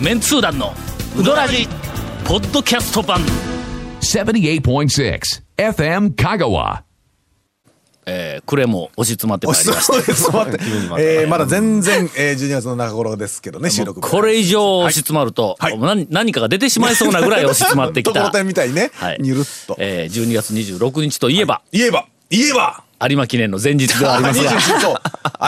メンツー団のウドラジポッドキャスト版78.6 FM Kagawa. えー、暮れも押し詰まってまい押しりましそうです。待って急にま。たえーまだ全然、えー12月の中頃ですけどね、収た録日。これ以上押し詰まると、はい何何かが出てしまいそうなぐらい押し詰ま ってきとこたろてんみたいにね はいにゅるっとえー、12月26日といえば、言えば言えば有馬記念の前日ではあります が21そう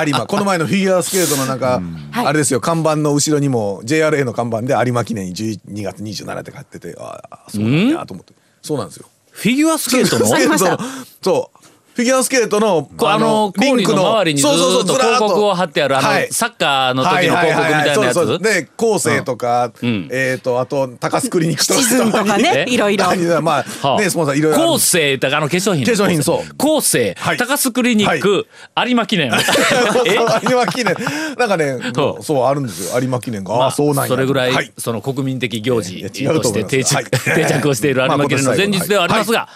有馬この前のフィギュアスケートのなんか、あれですよ看板の後ろにも JRA の看板で有馬記念12月27って書いててああそうなんやと思ってそうなんですよフィギュアスケートのスケートのそうフィギュアスケートのこうあのコーリーの周りにずーっと広告を貼ってあるあの、サッカーの時の広告みたいなやつ、で後世とか、えっ、とあと高須クリニックとかシズンと かね、えいろいろ。まあ、ねスポンサーいろいろあるん後です世だからあの化粧品化粧品そう後世、はい高須クリニック、有馬記 念 え有馬記念なんかねそうそうあるんですよ有馬記念が、あまあそうなんやそれぐらい、はいその国民的行事いやと違うとし思いてま定着,、すはい定着をしている有馬記念の前日ではありますが、ま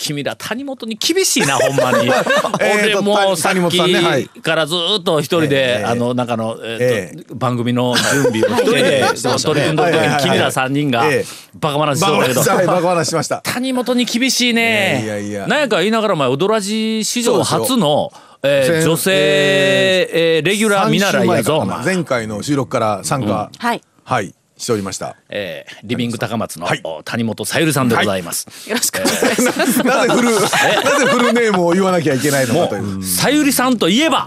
君ら谷本に厳しいなほんまに えー俺ともう谷さ谷っ本さんねはいきからずーっと一人で、えーあの中の、えーとえ番組の準備を一人で 取り組んだ時はいはいはいはにい君ら三人がええバカ話しバそうだけどカ話 はいバカ話しました谷本に厳しいね。いやいやいやなんやか言いながら、お前、オドラジ史上初の、えー先女性、えーレギュラー見習いやぞ、お三週前かな前。前回の収録から参加、はい。はいしておりました えーリビング高松の、はいお谷本さゆりさんでございます。よろしくお願いします。な ぜフルなぜフルネームを言わなきゃいけないのかというさゆりさんといえば、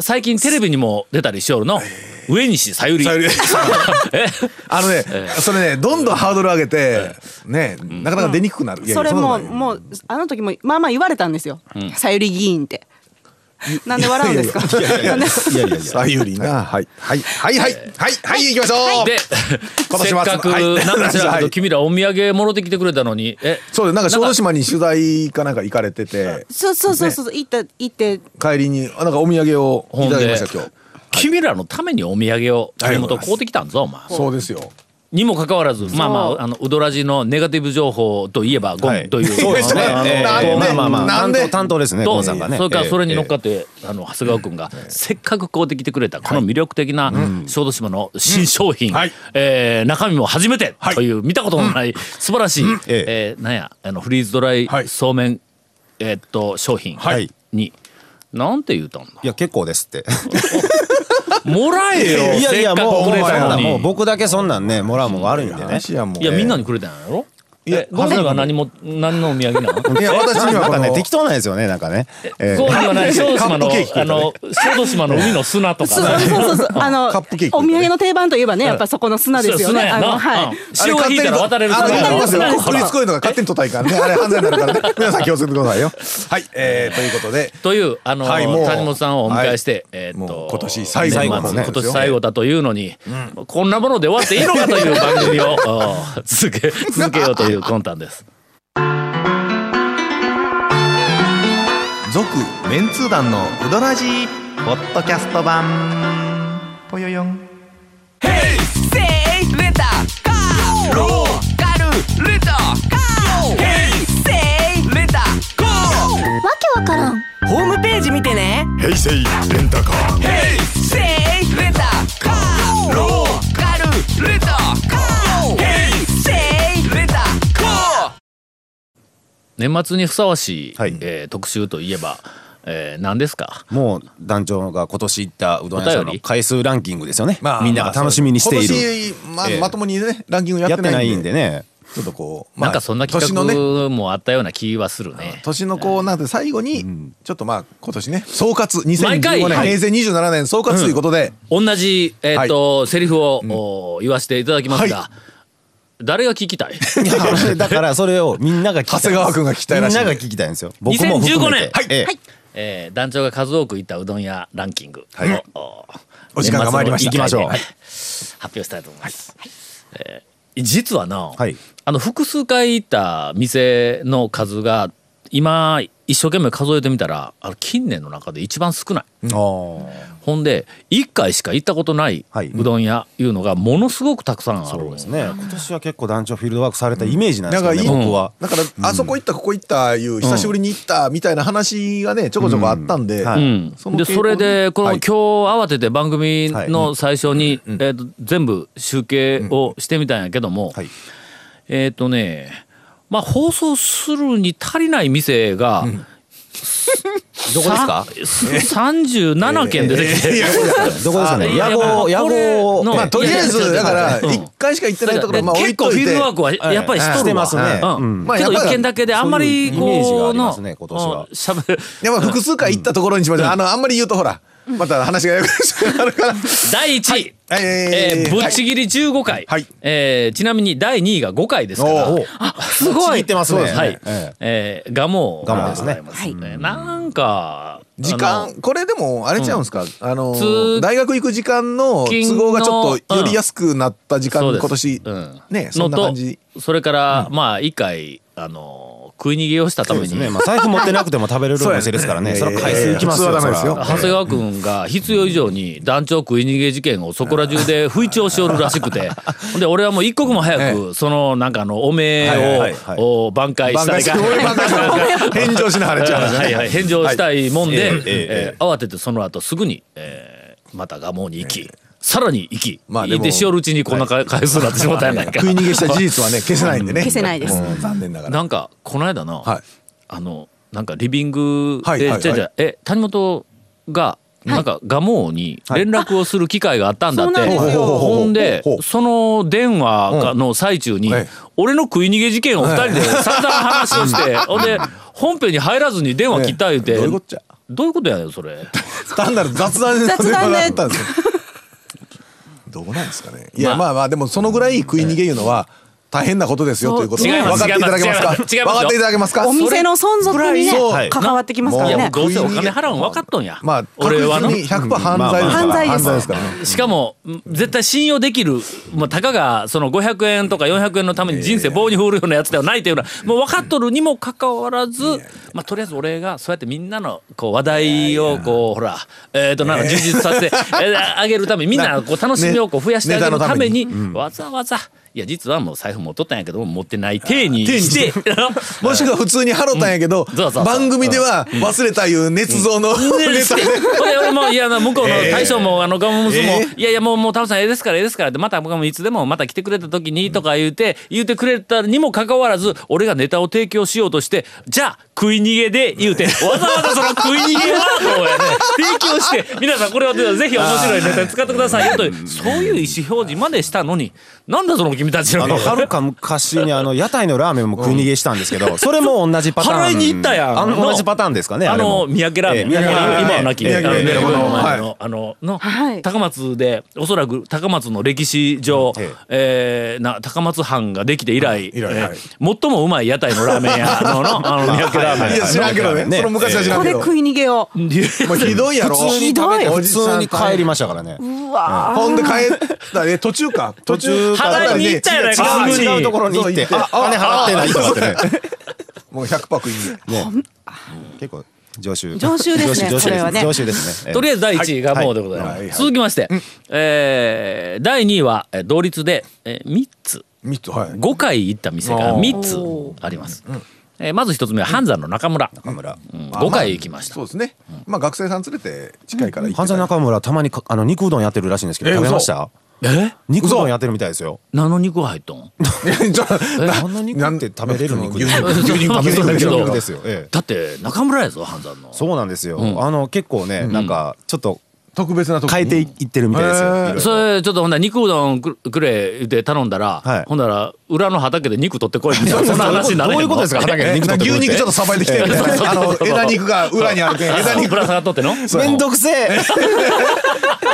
最近テレビにも出たりしおるの、上西さゆり。さゆり えあのね、それねどんどんハードル上げて、ねなかなか出にくくなる、いやいや それんなこも、とないもう、あの時も、まあまあ言われたんですよ。さゆり議員って。なんで笑うんですかいやいやいやいやいやさゆりなはいはいはいはいはいはい行きましょうで、せ今年っもかく、はいなんか知らんけはど、い君らお土産もろてきてくれたのに、え、そうですなんか小豆島に取材かなんか行かれててそうそうそうそう、行った、行って、帰りにあなんかお土産をほいんただきまでした今日、君らのためにお土産を、あり谷が本とうございます買うてきたんぞ、お前。そうですよにもかかわらず、まあまあ、あの、ウドラジのネガティブ情報といえば、ゴンという。そうですねあのえーあえのーまあまあまあなん担で当担当ですねとゴンそさんがねれからそれに乗っかっって、あの長谷川君が、せっかく買うてきてくれたこの魅力的な小豆島の新商品、んはいえー中身も初めてという、見たことのない素晴らしい、ええーなんやあのフリーズドライはいそうめん、えーっと商品に、はいなんて言うたんだいや結構ですってもらえよ いやいせっやかくもうくれほんまたやのなにもう僕だけそんなんねもらうもんがあるんでね話やもんいやみんなにくれたんやろいやえゴンが何も何のお土産なのいや私にはなんこかのね適当なんですよねなんかねえそうーではない小豆島のカップケーキあの小豆島の海の砂とそうか ねそうそうそう、あの、おカップケーキ土産の定番といえばね、やっぱそこの砂ですよそうね。砂やあなの、はうんい。潮が引いたら渡れるあれ渡れる勝手にあの渡りますよ渡国れる立公園とか勝手に取ったらいかんねあれ犯罪になるからね皆さん気をつけてくださいよはいえーということでというあの、はいもう谷本さんをお迎えして、えーっもとう今年最後の年末ね今年最後だというのに、こんなもので終わっていいのかという番組を お続け続けようという魂胆です。続メンツー団のウドラジポッドキャスト版ぽよよん年末にふさわしい、はいえー特集といえば、えー、何ですかもう団長が今年行ったうどん屋さんお便のり回数ランキングですよねまあみんなが楽しみにしている今年まあええまともにねランキングややっっててなないいんんででねちょっとこう、なんかそんな企年のね画もあったような気はするね。年のこうなんて最後にちょっとまあ今年ね総括毎回2015年はい平成27年総括ということで、同じ、えーっとセリフを、お言わせていただきますが、は誰が聞きたい だからそれをみんなが聞きたい長谷川君が聞きたいらしいんでみんなが聞きたいんですよ僕も含め2015年てはいえええー団長が数多く行ったうどん屋ランキングの、はいおお時間が参りました年末の一行きましょう回で発表したいと思います、えー実はな、はいあの複数回行った店の数が今一生懸命数えてみたらあの近年の中で一番少ないあほんで1回しか行ったことないはいうどん屋いうのがものすごくたくさんあるんですあ。ね、今年は結構団長フィールドワークされたイメージなんでなすんけかどいね、い、僕は。だから、あそこ行ったここ行ったいう久しぶりに行ったみたいな話がねちょこちょこあったんで、はういん、そので傾向それでこの、はい今日慌てて番組の最初に、えー、と全部集計をしてみたんやけども、はいえっ、とねまあ放送するに足りない店が、どこですかさ ?37 件出てきて、どこですかねあ野い号、や野これ号。のまあとりあえいやいずやだからうん一回しか行ってないところまあ置結いと構フいィてールドワークはやっぱりしとしてるわ、ますねうんまあけどやっぱ一り軒だけであんまりそういうイメージがこあうりのますね今年はうんしゃべるでも複数回行ったところにしましょう、あのあんまり言うとほらまた話がややこしくなるから第1位、はい えーはいぶっちぎり15回、はいえーちなみに第2位が5回ですから。おすごちぎいってますね。はいええ。えー、ガモ蒲生ですねでございますね。なんか、時あの間これでもあれちゃうんですか、あの通大学行く時間の勤都の合がちょっとより安くなった時間、そうです今年、うんねそのんなと感じ、それから、まあ、一回、あの、食い逃げをしたたそうめですに、ね。まあ財布持ってなくても食べれるお店ですからね。そそうやねれは回数いきますよ。いやいやいや普通はそらダメですよ長谷川君が必要以上に団長食い逃げ事件をそこら中で不一をしおるらしく てほんで俺はもう一刻も早くそのなんかあのおめはいはいはいえをお挽回し番た外いすかる俺番外す る返上しなはれちゃう話ねはいはい、返上したいもんで、はいえええー慌ててその後すぐに、えーまた蒲生に行き、さらに行き、まあででもしおるうちにこんな回回数になってしまったやないか食い逃げした事実はね消せないんでね消せないですうん残念ながら なんかこの間の、はいあのなんかリビングはいえはいじゃあじゃあえ谷本がなんか蒲生に連絡をする機会があったんだって、はいあそうなんですよほんでほうほうほうその電話がの最中に、ええ俺の食い逃げ事件を二人で散々話を して、ほんで本編に入らずに電話切った言うて、ええどういうこっちゃどういうことやねんそれ。単なる雑談の雑電談話でだったんですよどうなんですかねいやまあまあでもそのぐらい食い逃げいうのは大変なことですよということそう違いま分すかっていただけますか違います違い分ますかっていただけますかお店の存続にねそうはい関わってきますからいねやもどうせお金払うん分かっとんや。まあ確俺は実なに100%犯罪ですから犯罪ですからねしかもん絶対信用できる、まあ、たかがその500円とか400円のために人生棒に振るようなやつではないというのはもう分かっとるにもかかわらず、まあ、とりあえず俺がそうやってみんなのこう話題をこうほらえーとなんか充実 させてえーあげるためにみんなこう楽しみをこう増やしてあげるためにわざわざ。いや実はもう財布持っとったんやけども持ってない体に してもしくは普通にハロたんやけどんそうそうそう番組では忘れたいう捏造のネタでほんで俺もいやな向こうの大将もあのガモムスも、えいやいやもうもうタオさんええですからええですからってまた僕はもういつでもまた来てくれた時にとか言うて言うてくれたにもかかわらず俺がネタを提供しようとしてじゃあ食い逃げで言う てわざわざその食い逃げワードをやね提供して皆さんこれをぜひ面白いネタに使ってくださいよというそういう意思表示までしたのになんだその君たちのあの、はるか昔にあの、屋台のラーメンも食い逃げしたんですけど、それも同じパターン。払いに行ったやんあの同じパターンですかね、ああれのも。三宅ラーメン、ええ三宅ラーメン今はなき、ええあのええ目の前のええあのあのの、はい高松でおそらく高松の歴史上、ええーな高松藩ができて以来,、以来えーはい最もうまい屋台のラーメン屋の のあの三宅ラーメンいや知らんけどねねその昔は知らこんれけど食い逃げをもうひどいやろ普通に食べて、お普じさん通に帰りましたからね。うわほんで帰ったえ途中か途中払いに行ったやないか違う違う普通に違うところに行って、あ、お金払ってないとかってね。もう100食い逃げ結構常習常習ですね常習これはね常習ですねとりああえず第1位がもうでございます、はいはい続きまして、えー第2位はえー同率で、えー、3つ3つはい5回行った店が3つあります、えーまず1つ目は半山の中村、中村うん、5回行きました、そうですねまあ学生さん連れて近いから行って犯罪中村たまにかあの肉うどんやってるらしいんですけどえ食べましたえ肉うどんやってるみたいですよ何の肉が入っとんいや ちょっとあんな肉って食べれる肉牛乳牛乳牛乳食べ牛そうだ乳け牛ど乳ですよええだって中村やぞ半山のそうなんですよあの結構ねなんかちょっと特別なとこ変えていってるみたいですへよえいろいろそれちょっとほんなら肉うどんくくれ言って頼んだら、はいほんなら裏の畑で肉取ってこいみたいなそんな話になどれへんのういうことですか畑でえ肉な取んってか牛肉くるってちょっとさばいてきてみたいなあの枝肉が裏にあ るけん枝肉ぶら下がっとってのそうめんどくせえ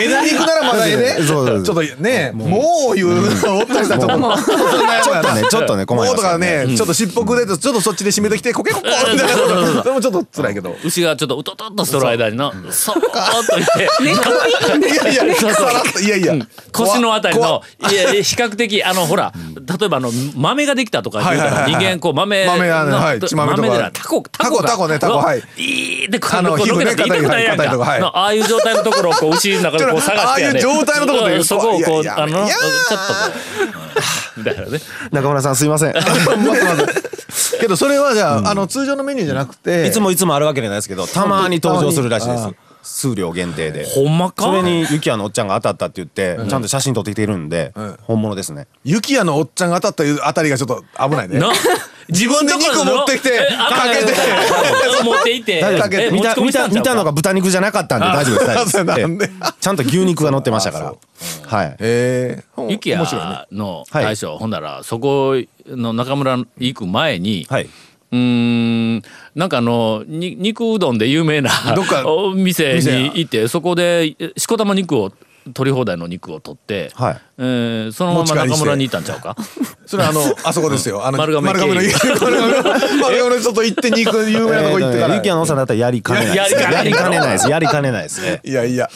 枝肉ならまだええねちそうょそうっとねもういうおったりしたらちょっともうそんなやちょばっいとなねちょっとねも困りうまとすかよねちょっと尻尾くれてちょっとそっちで締めてきてコケコッコみたいなそれもちょっと辛いけど 牛がちょっとうととっとしとる間にのそーっといてネットでいいんですよいやいやそうそうさらっといやいや、腰のあたり怖のっ、いや、比較的、あの、ほら、例えば、あの、豆ができたとか言うたはいら、はい人はいはい間、こう、豆の、豆やねはい血豆とか豆でなタコ、がタコタコねタコはいいいって、こあの、のこう皮膚ロねケなんて痛くないやん硬いか。とかはいのああいう状態のところを、こう、牛の中でこうちょっ探としてやで。ああいう状態のところで言ううんそこを、こ、いうやいやあの、ちいやょっとこう、みたいなね。中村さんすいません。いまずまずけどそれはじゃあ,、あの通常のメニューじゃなくてつも いつもあるわけじゃないです けど、たまに登場するらしいです。数量限定で。ほんまかそれに、ゆきやのおっちゃんが当たったって言って、ちゃんと写真撮ってきているんで、本物ですね。雪屋のおっちゃんが当たったいうあたりがちょっと危ないねな、自分でのところ肉持ってきてえかけて あ持っていって、大丈夫かけてえ見持ちた込みし見たたんちゃ見うかたのが豚肉じゃなかったんで大丈夫です大丈 夫なんでです。ええちゃんと牛肉が乗ってましたから。はい。ええー、ゆき面白いねやの大将、ほんならそこの中村行く前に、はい。うーんなんかあのに肉うどんで有名などっかお 店店やに行ってそこでえしこたま肉を取り放題の肉を取って、はいえーそのま持ちま帰りして中村に行ったんちゃう かそれあのあそこですよあの丸亀丸亀の経丸亀の丸亀のちょっと行って肉有名なとこ行ってから、ゆきやのおっさんだったらやりかねないです。やりかねないやりかねないです。 やりかねないですね。いやいや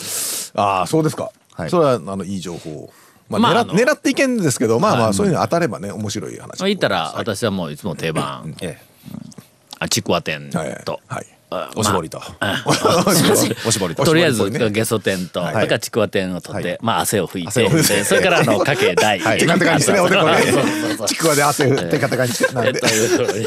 ああそうですか、はいそれはあのいい情報まあ、まあ狙あの狙っていけんですけどまあまあそういうの当たればね面白い話行ったら私はもういつも定番ええあちくわ店と、 はいあおしぼりと。おしぼりおしぼりと。とりあえずおしぼりっぽいねゲソ天と、いそれからちくわ天を取って、はいまあ汗を拭い汗てを拭いてでそれからあのかけ大、テカテカにしてねおでこ ねちくわで汗テカテカにして なんでということで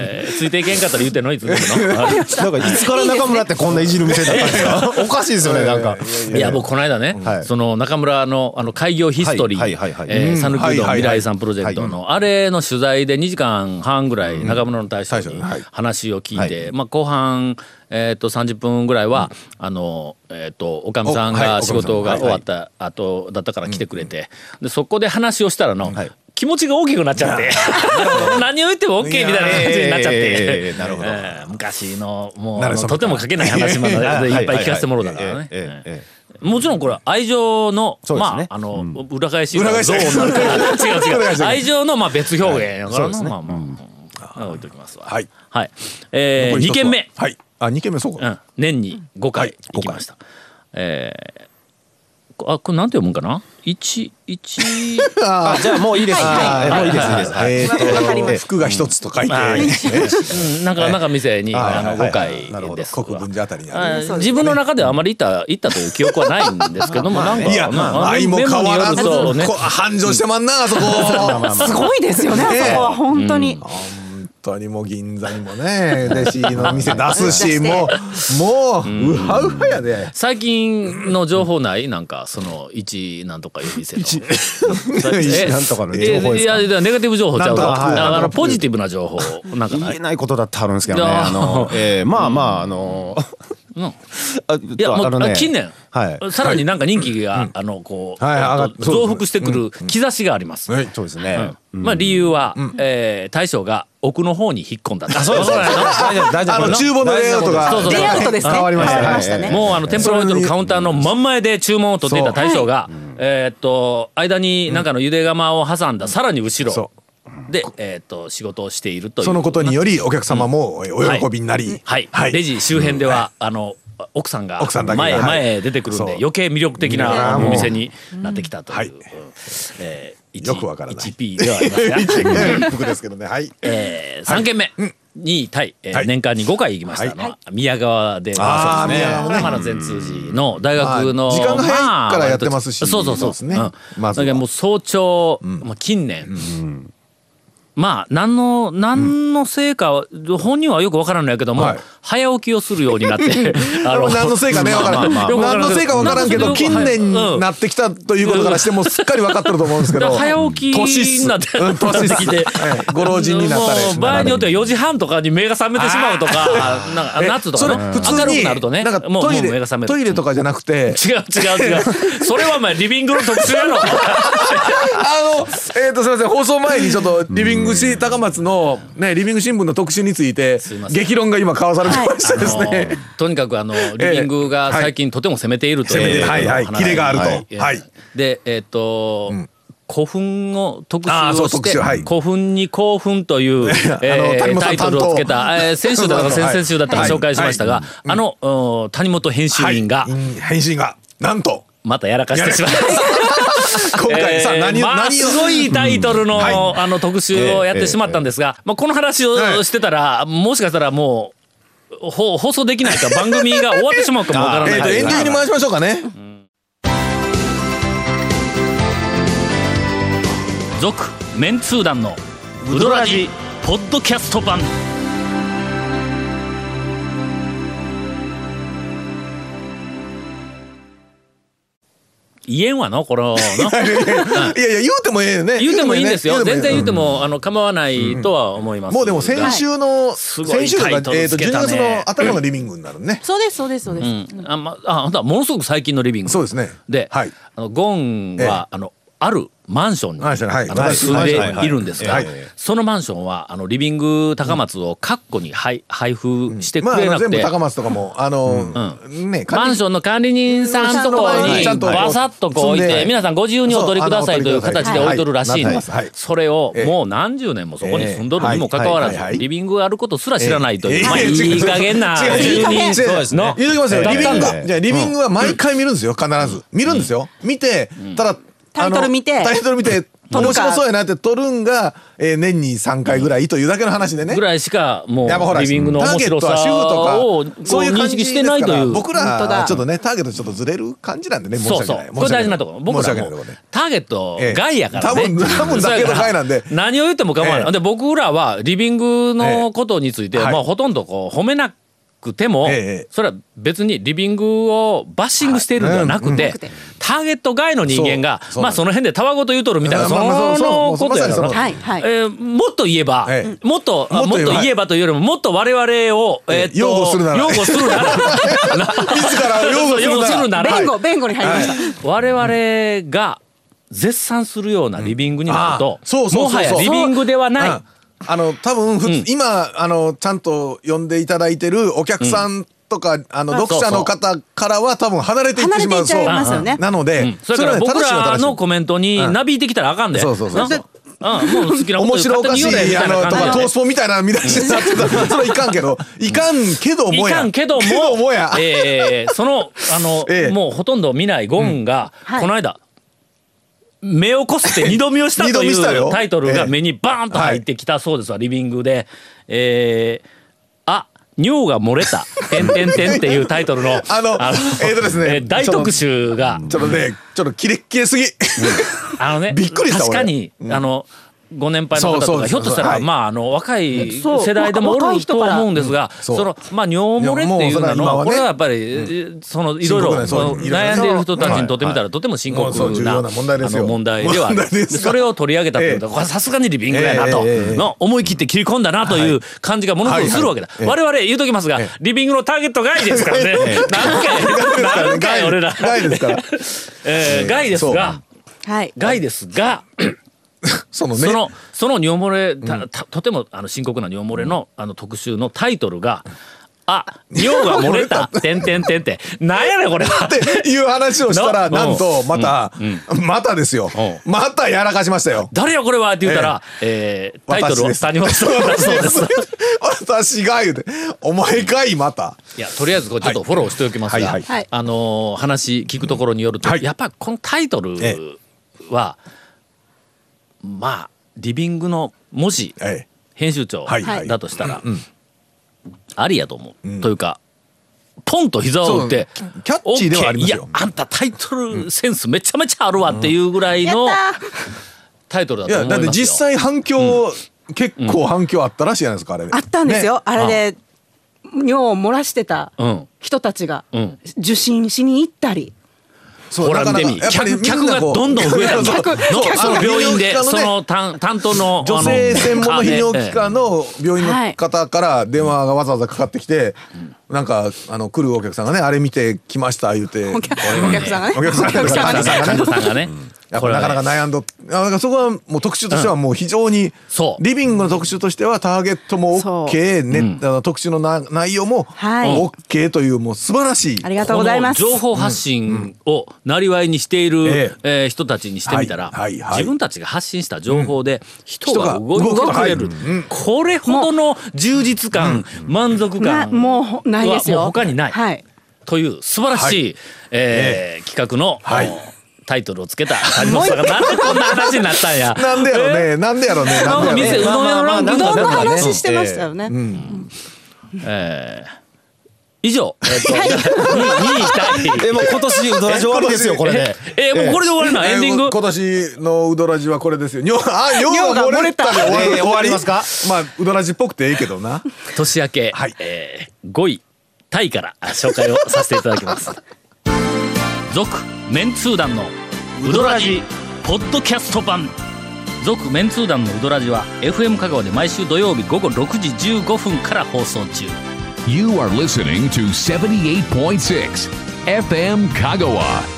えーついていけんかったら言うてんのいつでもの なんかいつから中村ってこんないじる店だったんですか おかしいですよねなんか。いや僕この間ね、はいその中村のあの開業ヒストリはいはいはいーはいえー「讃岐うどんはいはいはい未来さんプロジェクトの」あれの取材で2時間半ぐらい中村の大将大将ににはい話を聞いて、はまあ、後半、えー、と30分ぐらいは、あのえー、とおかみさんおはがい仕事がおかみさんはい終わった後だったから来てくれて、でそこで話をしたらの、はい気持ちが大きくなっちゃって 何を言っても OK みたいな感じになっちゃって、えーなるほどえー昔のもうなあるのほどとても書けない話までいっぱい聞かせてもらったうからね。ええええええもちろんこれは愛情の、そうですねまああの、裏返し裏返しゾーンになるから違う裏違返しう愛情のまあ別表現やからな、はいそうですねまあまあ、まあ置いときますわはい、はいえ残ー、り一2つは軒目、はいあ二軒目そううか、ん、年に5は回い行きました、えーこあこれなんて読むんかな一一あじゃあもういいです。あもういいですいいです。はいえーとわかります服が一つと書いて、うんなんかなんか店にはいあのはい5な回るほでどす国分寺あたりにあるあ自分の中ではあまり行った行ったという記憶はないんですけどもなんかいや、まあ相もメ変モにわよらるず、とこね繁盛してまんな、 あそこ。本すごいですよね、あそこは本当に。当にもう銀座にもね、弟子の店出す し、もう、もう、うはうはやで。最近の情報ないなんかその一なんとかいう店の一なんとかの情報ですかいやいやいやネガティブ情報ちゃうなんとかはいかあのポジティブな情報なんか言なえいないことだってあるんですけどいね。やあのええまあまああの。うん あいやもあのうね近年はい。さらになんか人気があのこうはい上がっ増幅してくる兆しがありますはいそうですね。まあ理由はえー大将が奥の方に引っ込んだあそうそう大丈夫大丈あの、厨房のレイアウトがそうそうレイアウトですね。変わりましたね変わりましたね。もうあの天ぷらを置いてるカウンターの真ん前で注文を取っていた大将が、えーっと間になんかのゆで釜を挟んださらに後ろそで、えーっと仕事をしているというそのことにより、お客様もお喜びになり、はい、レジ周辺では、あの奥さんが奥さんだけが前へはい前へ出てくるんで、そう余計魅力的いなやーもおう店になってきたという、はいうんえー一よくわからない 1P ではあり ますが、僕ですけどね、はい。え3軒目に対、えーはい年間に5回行きましたのは、宮川であそーうですね宮川ねこれはまだ全通寺の大学の、まあ時間が早いまあからやってますし割とそうそうそうそうですねうんまずだはからもう早朝、まあ、近年、まあ何の何の成果は、本人はよくわからんのやけども、はい早起きをするようになって あ あの何のせいかね、わから ん。まあまあまあ何のせいかわからんけど、近年になってきたということからしても、すっかり分かってると思うんですけだど。から早起き年っすになってうん年っすなって きてええご老人になったりもう場合によっては4時半とかに目が覚めてしまうとかなんか夏とそかのね普通に明るくなるとねなんもかうもトうイ目がレ覚めるトイレとかじゃな くて違う違う違うそれはお前リビングの特殊やろあのえっとすいません放送前にちょっとリビングし高松のねリビング新聞の特集についていません激論が今交わされてましてですあねのとにかくあのリビングが最近とても攻めていると攻めていいうるはいはいお話キレがあるとえーはいでえーっと古墳を特集あーそをうし特て、集はい古墳に興奮と いう、えー谷本さタんイトルをつけた、担当 えー先週だったかそう先そうはい々週だったかはい紹介しましたが、あの、うん谷本編集員がはい、返信がなんとまたやらかしてしまいました。今回 さ、えー何を、まあ、何をすごいタイトルの,、うんはいあの特集をやってしまったんですが、まあ、この話をはいしてたら、もしかしたらもうほ放送できないか番組が終わってしまうかもわからなえいーとエンディングに回しましょうかね。続メンツー団のウドラジポッドキャスト版言えんわのこれの いやいや言うてもええよね。言うてもいいんですよええ全然言うて。うんも、あの構わないとは思いますが、もうでも先週の、すごい先週とタイトかルえっとつけ12たね月の頭のリビングになるね。そうですそうですそうです、うんあまあ、あんたはものすごく最近のリビングそうですねで、はいあのゴンは、あのあるマンションに、マンションはいあのはい住んはいはでいいるんですが、はいそのマンションはあのリビング高松を括弧に配配布してくまああれのなく全部て、高松とかもあのねマンションの管理人さんとこにちゃんとバサッとこう置い積んてで皆さんご自由にお取りくださいというそうあの形で置いとるらしいんはいでなっすてますはいそれをええもう何十年もそこに住んどるにもかかわらええはいはいはいはずいリビングがあることすら知らないという、ええまあ、いい加減な違う違う違住う人そうですねの言うときますよ。だっリビたんンでええグ、じゃあリビングは毎回見るんですよ。必ず見るんですよ。見てただタイトル見てあのタイトル見て撮る面か白そうやなって撮るんがえー年に三回ぐらいというだけの話でねぐ。らいしかもやっぱほうらリビングのタ面ーゲッ白トは主さをこ婦うとかそういう認感じ識でしすてないとかいらう。僕本当らだちょっとねターゲットちょっとずれる感じなんでね申しそう訳そうない。これ大事なところ僕ら申もし訳ないところでターゲット外やからね、ええ多分多分だけど外なんでそうやから何を言っても構わない、ええで僕らはリビングのことについて、ええはいまあ、ほとんどこう褒めなくても、ええええそれは別にリビングをバッシングしているんではなくて、はいうんうんターゲット外の人間がそうそうまあその辺でたわごと言うとるみたいなうんそまあまあそうそうのことやまさろになそ。はいはい、えーもっと言えば、えもっとあももっっとと言言ええばというよりももっと我々を、えーっと擁護するなら擁護するなら 自ら擁護す擁護るするなならら弁護はい弁護に入りました、我々が絶賛するようなリビングになるとあ、ーそうそうそうそうもはやリビングではない、うんあの多分普通うん今あのちゃんと呼んでいただいてるお客さんとかあのあ読者の方からは多分離れていってしまう離れていっちゃいますよねそうなのうでんそれからはね僕正しいはら正しいのコメントにうんなびいてきたらあかんで、そうそうそうそうなんかうんもう好きなこと面白おかし勝手にい言うあなよみのたいな感とかじトーでスポみたいな見出しになってたら それはいかんけどいかんけどいもやかんけども、やえーその、あの、ええもうほとんど見ないゴンが、はいこの間、目をこすって二度見をしたと二度い見したうよタイトルが目にバーンと入っえてきたそうですわ、リビングで。えーあ、尿が漏れた、てんてんてんっていうタイトルの、あのえーとですねー大特集が、ちょっとねちょっとキレッキレすぎあのね、びっくりした確か俺に、あの、ご年配の方そうとそうか、ですひょっとしたら、はいまあ、あの、若いそう世代でもお若いると人から思うんですが、そそうの、まあ、尿漏れっていうもうのもは、うそれは今はねこれはやっぱり、その、いろいろ深刻なそういろいろ悩んでいる人たちにとってみたら、とても深刻もうそう重な、あ要な問題ですよの、問題ではある問題ですがそれを取り上げたっていうのは、これはさすがにリビングやなと、ええええええの、思い切って切り込んだなという感じがものすごくするわけだ。はいは我々言うときますが、リビングのターゲット外ですからね。 何回、何回俺ら。ないですからえー外ですが、はい外ですが、そのねそのその尿漏れたたとてもあの深刻な尿漏れのあの特集のタイトルが「あ尿が漏れ た」てんてんてんってなんやねんこれは。っていう話をし たらななんとまたまたですようまたやらかしましたよ誰やこれはって言ったら、えータイトルを私です谷本 さんだそうです。私が言うてお前かいまたいやとりあえずこれちょっとフォローしておきますが、はいはいはいあのー話聞くところによると、はいやっぱこのタイトルえは、まあリビングの文字ええ編集長はいはいだとしたら、ありやと思う、というかポンと膝を打ってそうキャッチーではありますよ OK いやあんたタイトルセンスめちゃめちゃあるわっていうぐらいやっのたータイトルだいと思やいますだよ。って実際反響結構反響あったらしいじゃないですかあれあったんですよ、ねあれで尿を漏らしてたうん人たちがうん受診しに行ったり、そうほらなか見なてかみやっぱりみ客んな客がこうどんどん増えたんだ客の客そのが病院で医療機関のそねの担担当の女性専門の泌尿器科科の病院の方から電話がわざわざかかってきて、なんかあの来るお客さんがねあれ見て来ました言うてお客お客さんがねお客さんがね患者さんがねやっこぱれはなねかなか悩んどっあだからそこはもう特集としてはもう非常に、そうリビングの特集としてはターゲットもそう OK、ねあの特集のな内容もはい OK というもう素晴らしいありがとうございますこの情報発信をなりわいにしている、ええー人たちにしてみたら、はいはいはい自分たちが発信した情報で人が動い人てが動くくれる、これほどの充実感、満足な感もうないですよはもう他にないはいという素晴らしい、えー企画の、はいタイトルをつけた有本さんがなんでこんな話になったんや。なんでやろうね、なんでやろうねなんかでやろうね店うどん屋のランキングうどんのなんかね話してましたよね、えー以上、えっ、と、2位え、もう今年うどらじ終わりですよ、これで。えーもうこれで終わりな、エンディング。今年のうどらじはこれですよ。尿あ尿が尿漏が漏れれたたで終わりえー終わりますか。まあうどらじっぽくていいけどな。年明け、はいえー5位タイから紹介をさせていただきます 続メンツー団のウドラジポッドキャスト版続メンツー団のウドラジは FM 香川で毎週土曜日午後6時15分から放送中 You are listening to 78.6 FM Kagawa.